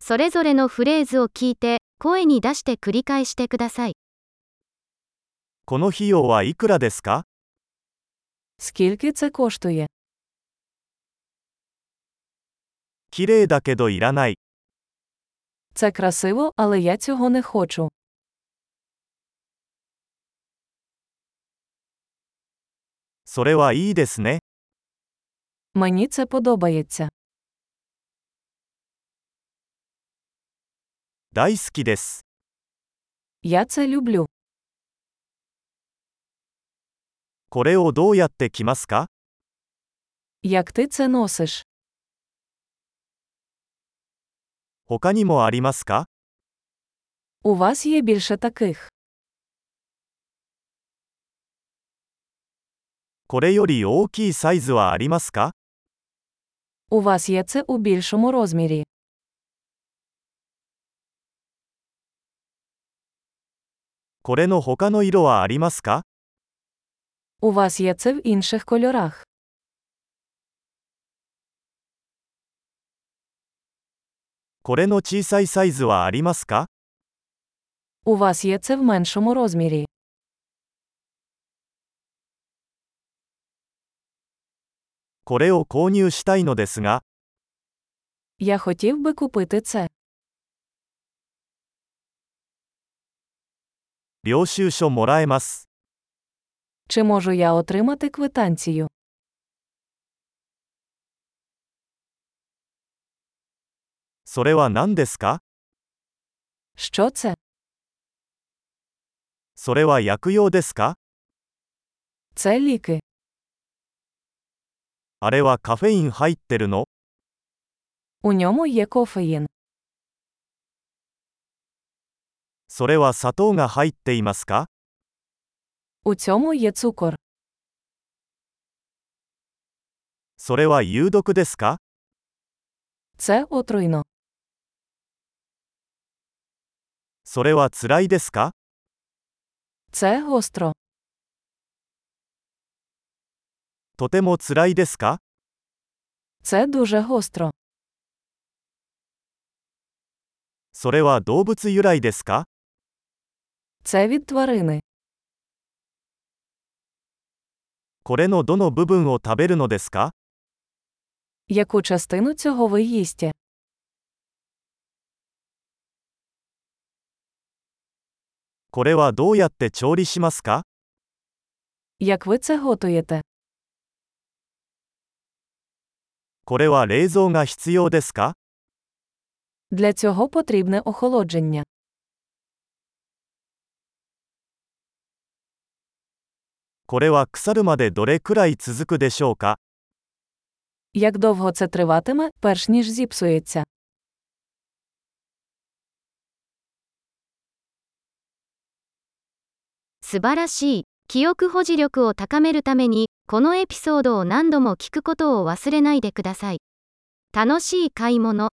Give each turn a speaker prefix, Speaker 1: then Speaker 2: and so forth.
Speaker 1: それぞれのフレーズを聞いて、声に出して繰り返してください。
Speaker 2: この費用はいくらですか
Speaker 3: Скільки це коштує?
Speaker 2: 綺麗だけどいらない。
Speaker 3: Це красиво, але я цього не хочу.
Speaker 2: それはいいですね。
Speaker 3: Мені це подобається.
Speaker 2: 大好きです。
Speaker 3: Я це люблю.
Speaker 2: これをどうやって着ますか
Speaker 3: Як ти це носиш?
Speaker 2: 他にもありますか
Speaker 3: У вас є більше таких.
Speaker 2: これより大きいサイズはありますか
Speaker 3: У вас є це у більшому розмірі.
Speaker 2: これの他の色はありますか
Speaker 3: У вас є це в інших кольорах.
Speaker 2: これの小さいサイズはありますか
Speaker 3: У вас є це в меншому розмірі.
Speaker 2: これを購入したいのですが、
Speaker 3: Я хотів би купити це.
Speaker 2: 領収書もらえます。
Speaker 3: Чи можу я отримати квитанцію?
Speaker 2: それは何ですか
Speaker 3: Що це?
Speaker 2: それは薬用ですか
Speaker 3: Це ліки.
Speaker 2: あれはカフェイン入ってるの
Speaker 3: У ньому є кофеїн.
Speaker 2: それは砂糖が入っていますか
Speaker 3: У цьому є цукор.
Speaker 2: それは有毒ですか
Speaker 3: Це отруйно.
Speaker 2: それは辛いですか
Speaker 3: Це гостро.
Speaker 2: とても辛いですか
Speaker 3: Це дуже гостро.
Speaker 2: それは動物由来ですか
Speaker 3: Це від тварини.
Speaker 2: これのどの部分を食べるのですか
Speaker 3: Яку частину цього ви їсте?
Speaker 2: これはどうやって調理しますか
Speaker 3: Як ви це готуєте?
Speaker 2: これは冷蔵が必要ですか
Speaker 3: Для цього потрібне охолодження.
Speaker 2: これは腐るまでどれくらい続くでしょうか
Speaker 3: Як довго це триватиме, перш ніж зіпсується?
Speaker 1: 素晴らしい。記憶保持力を高めるために、このエピソードを何度も聞くことを忘れないでください。楽しい買い物。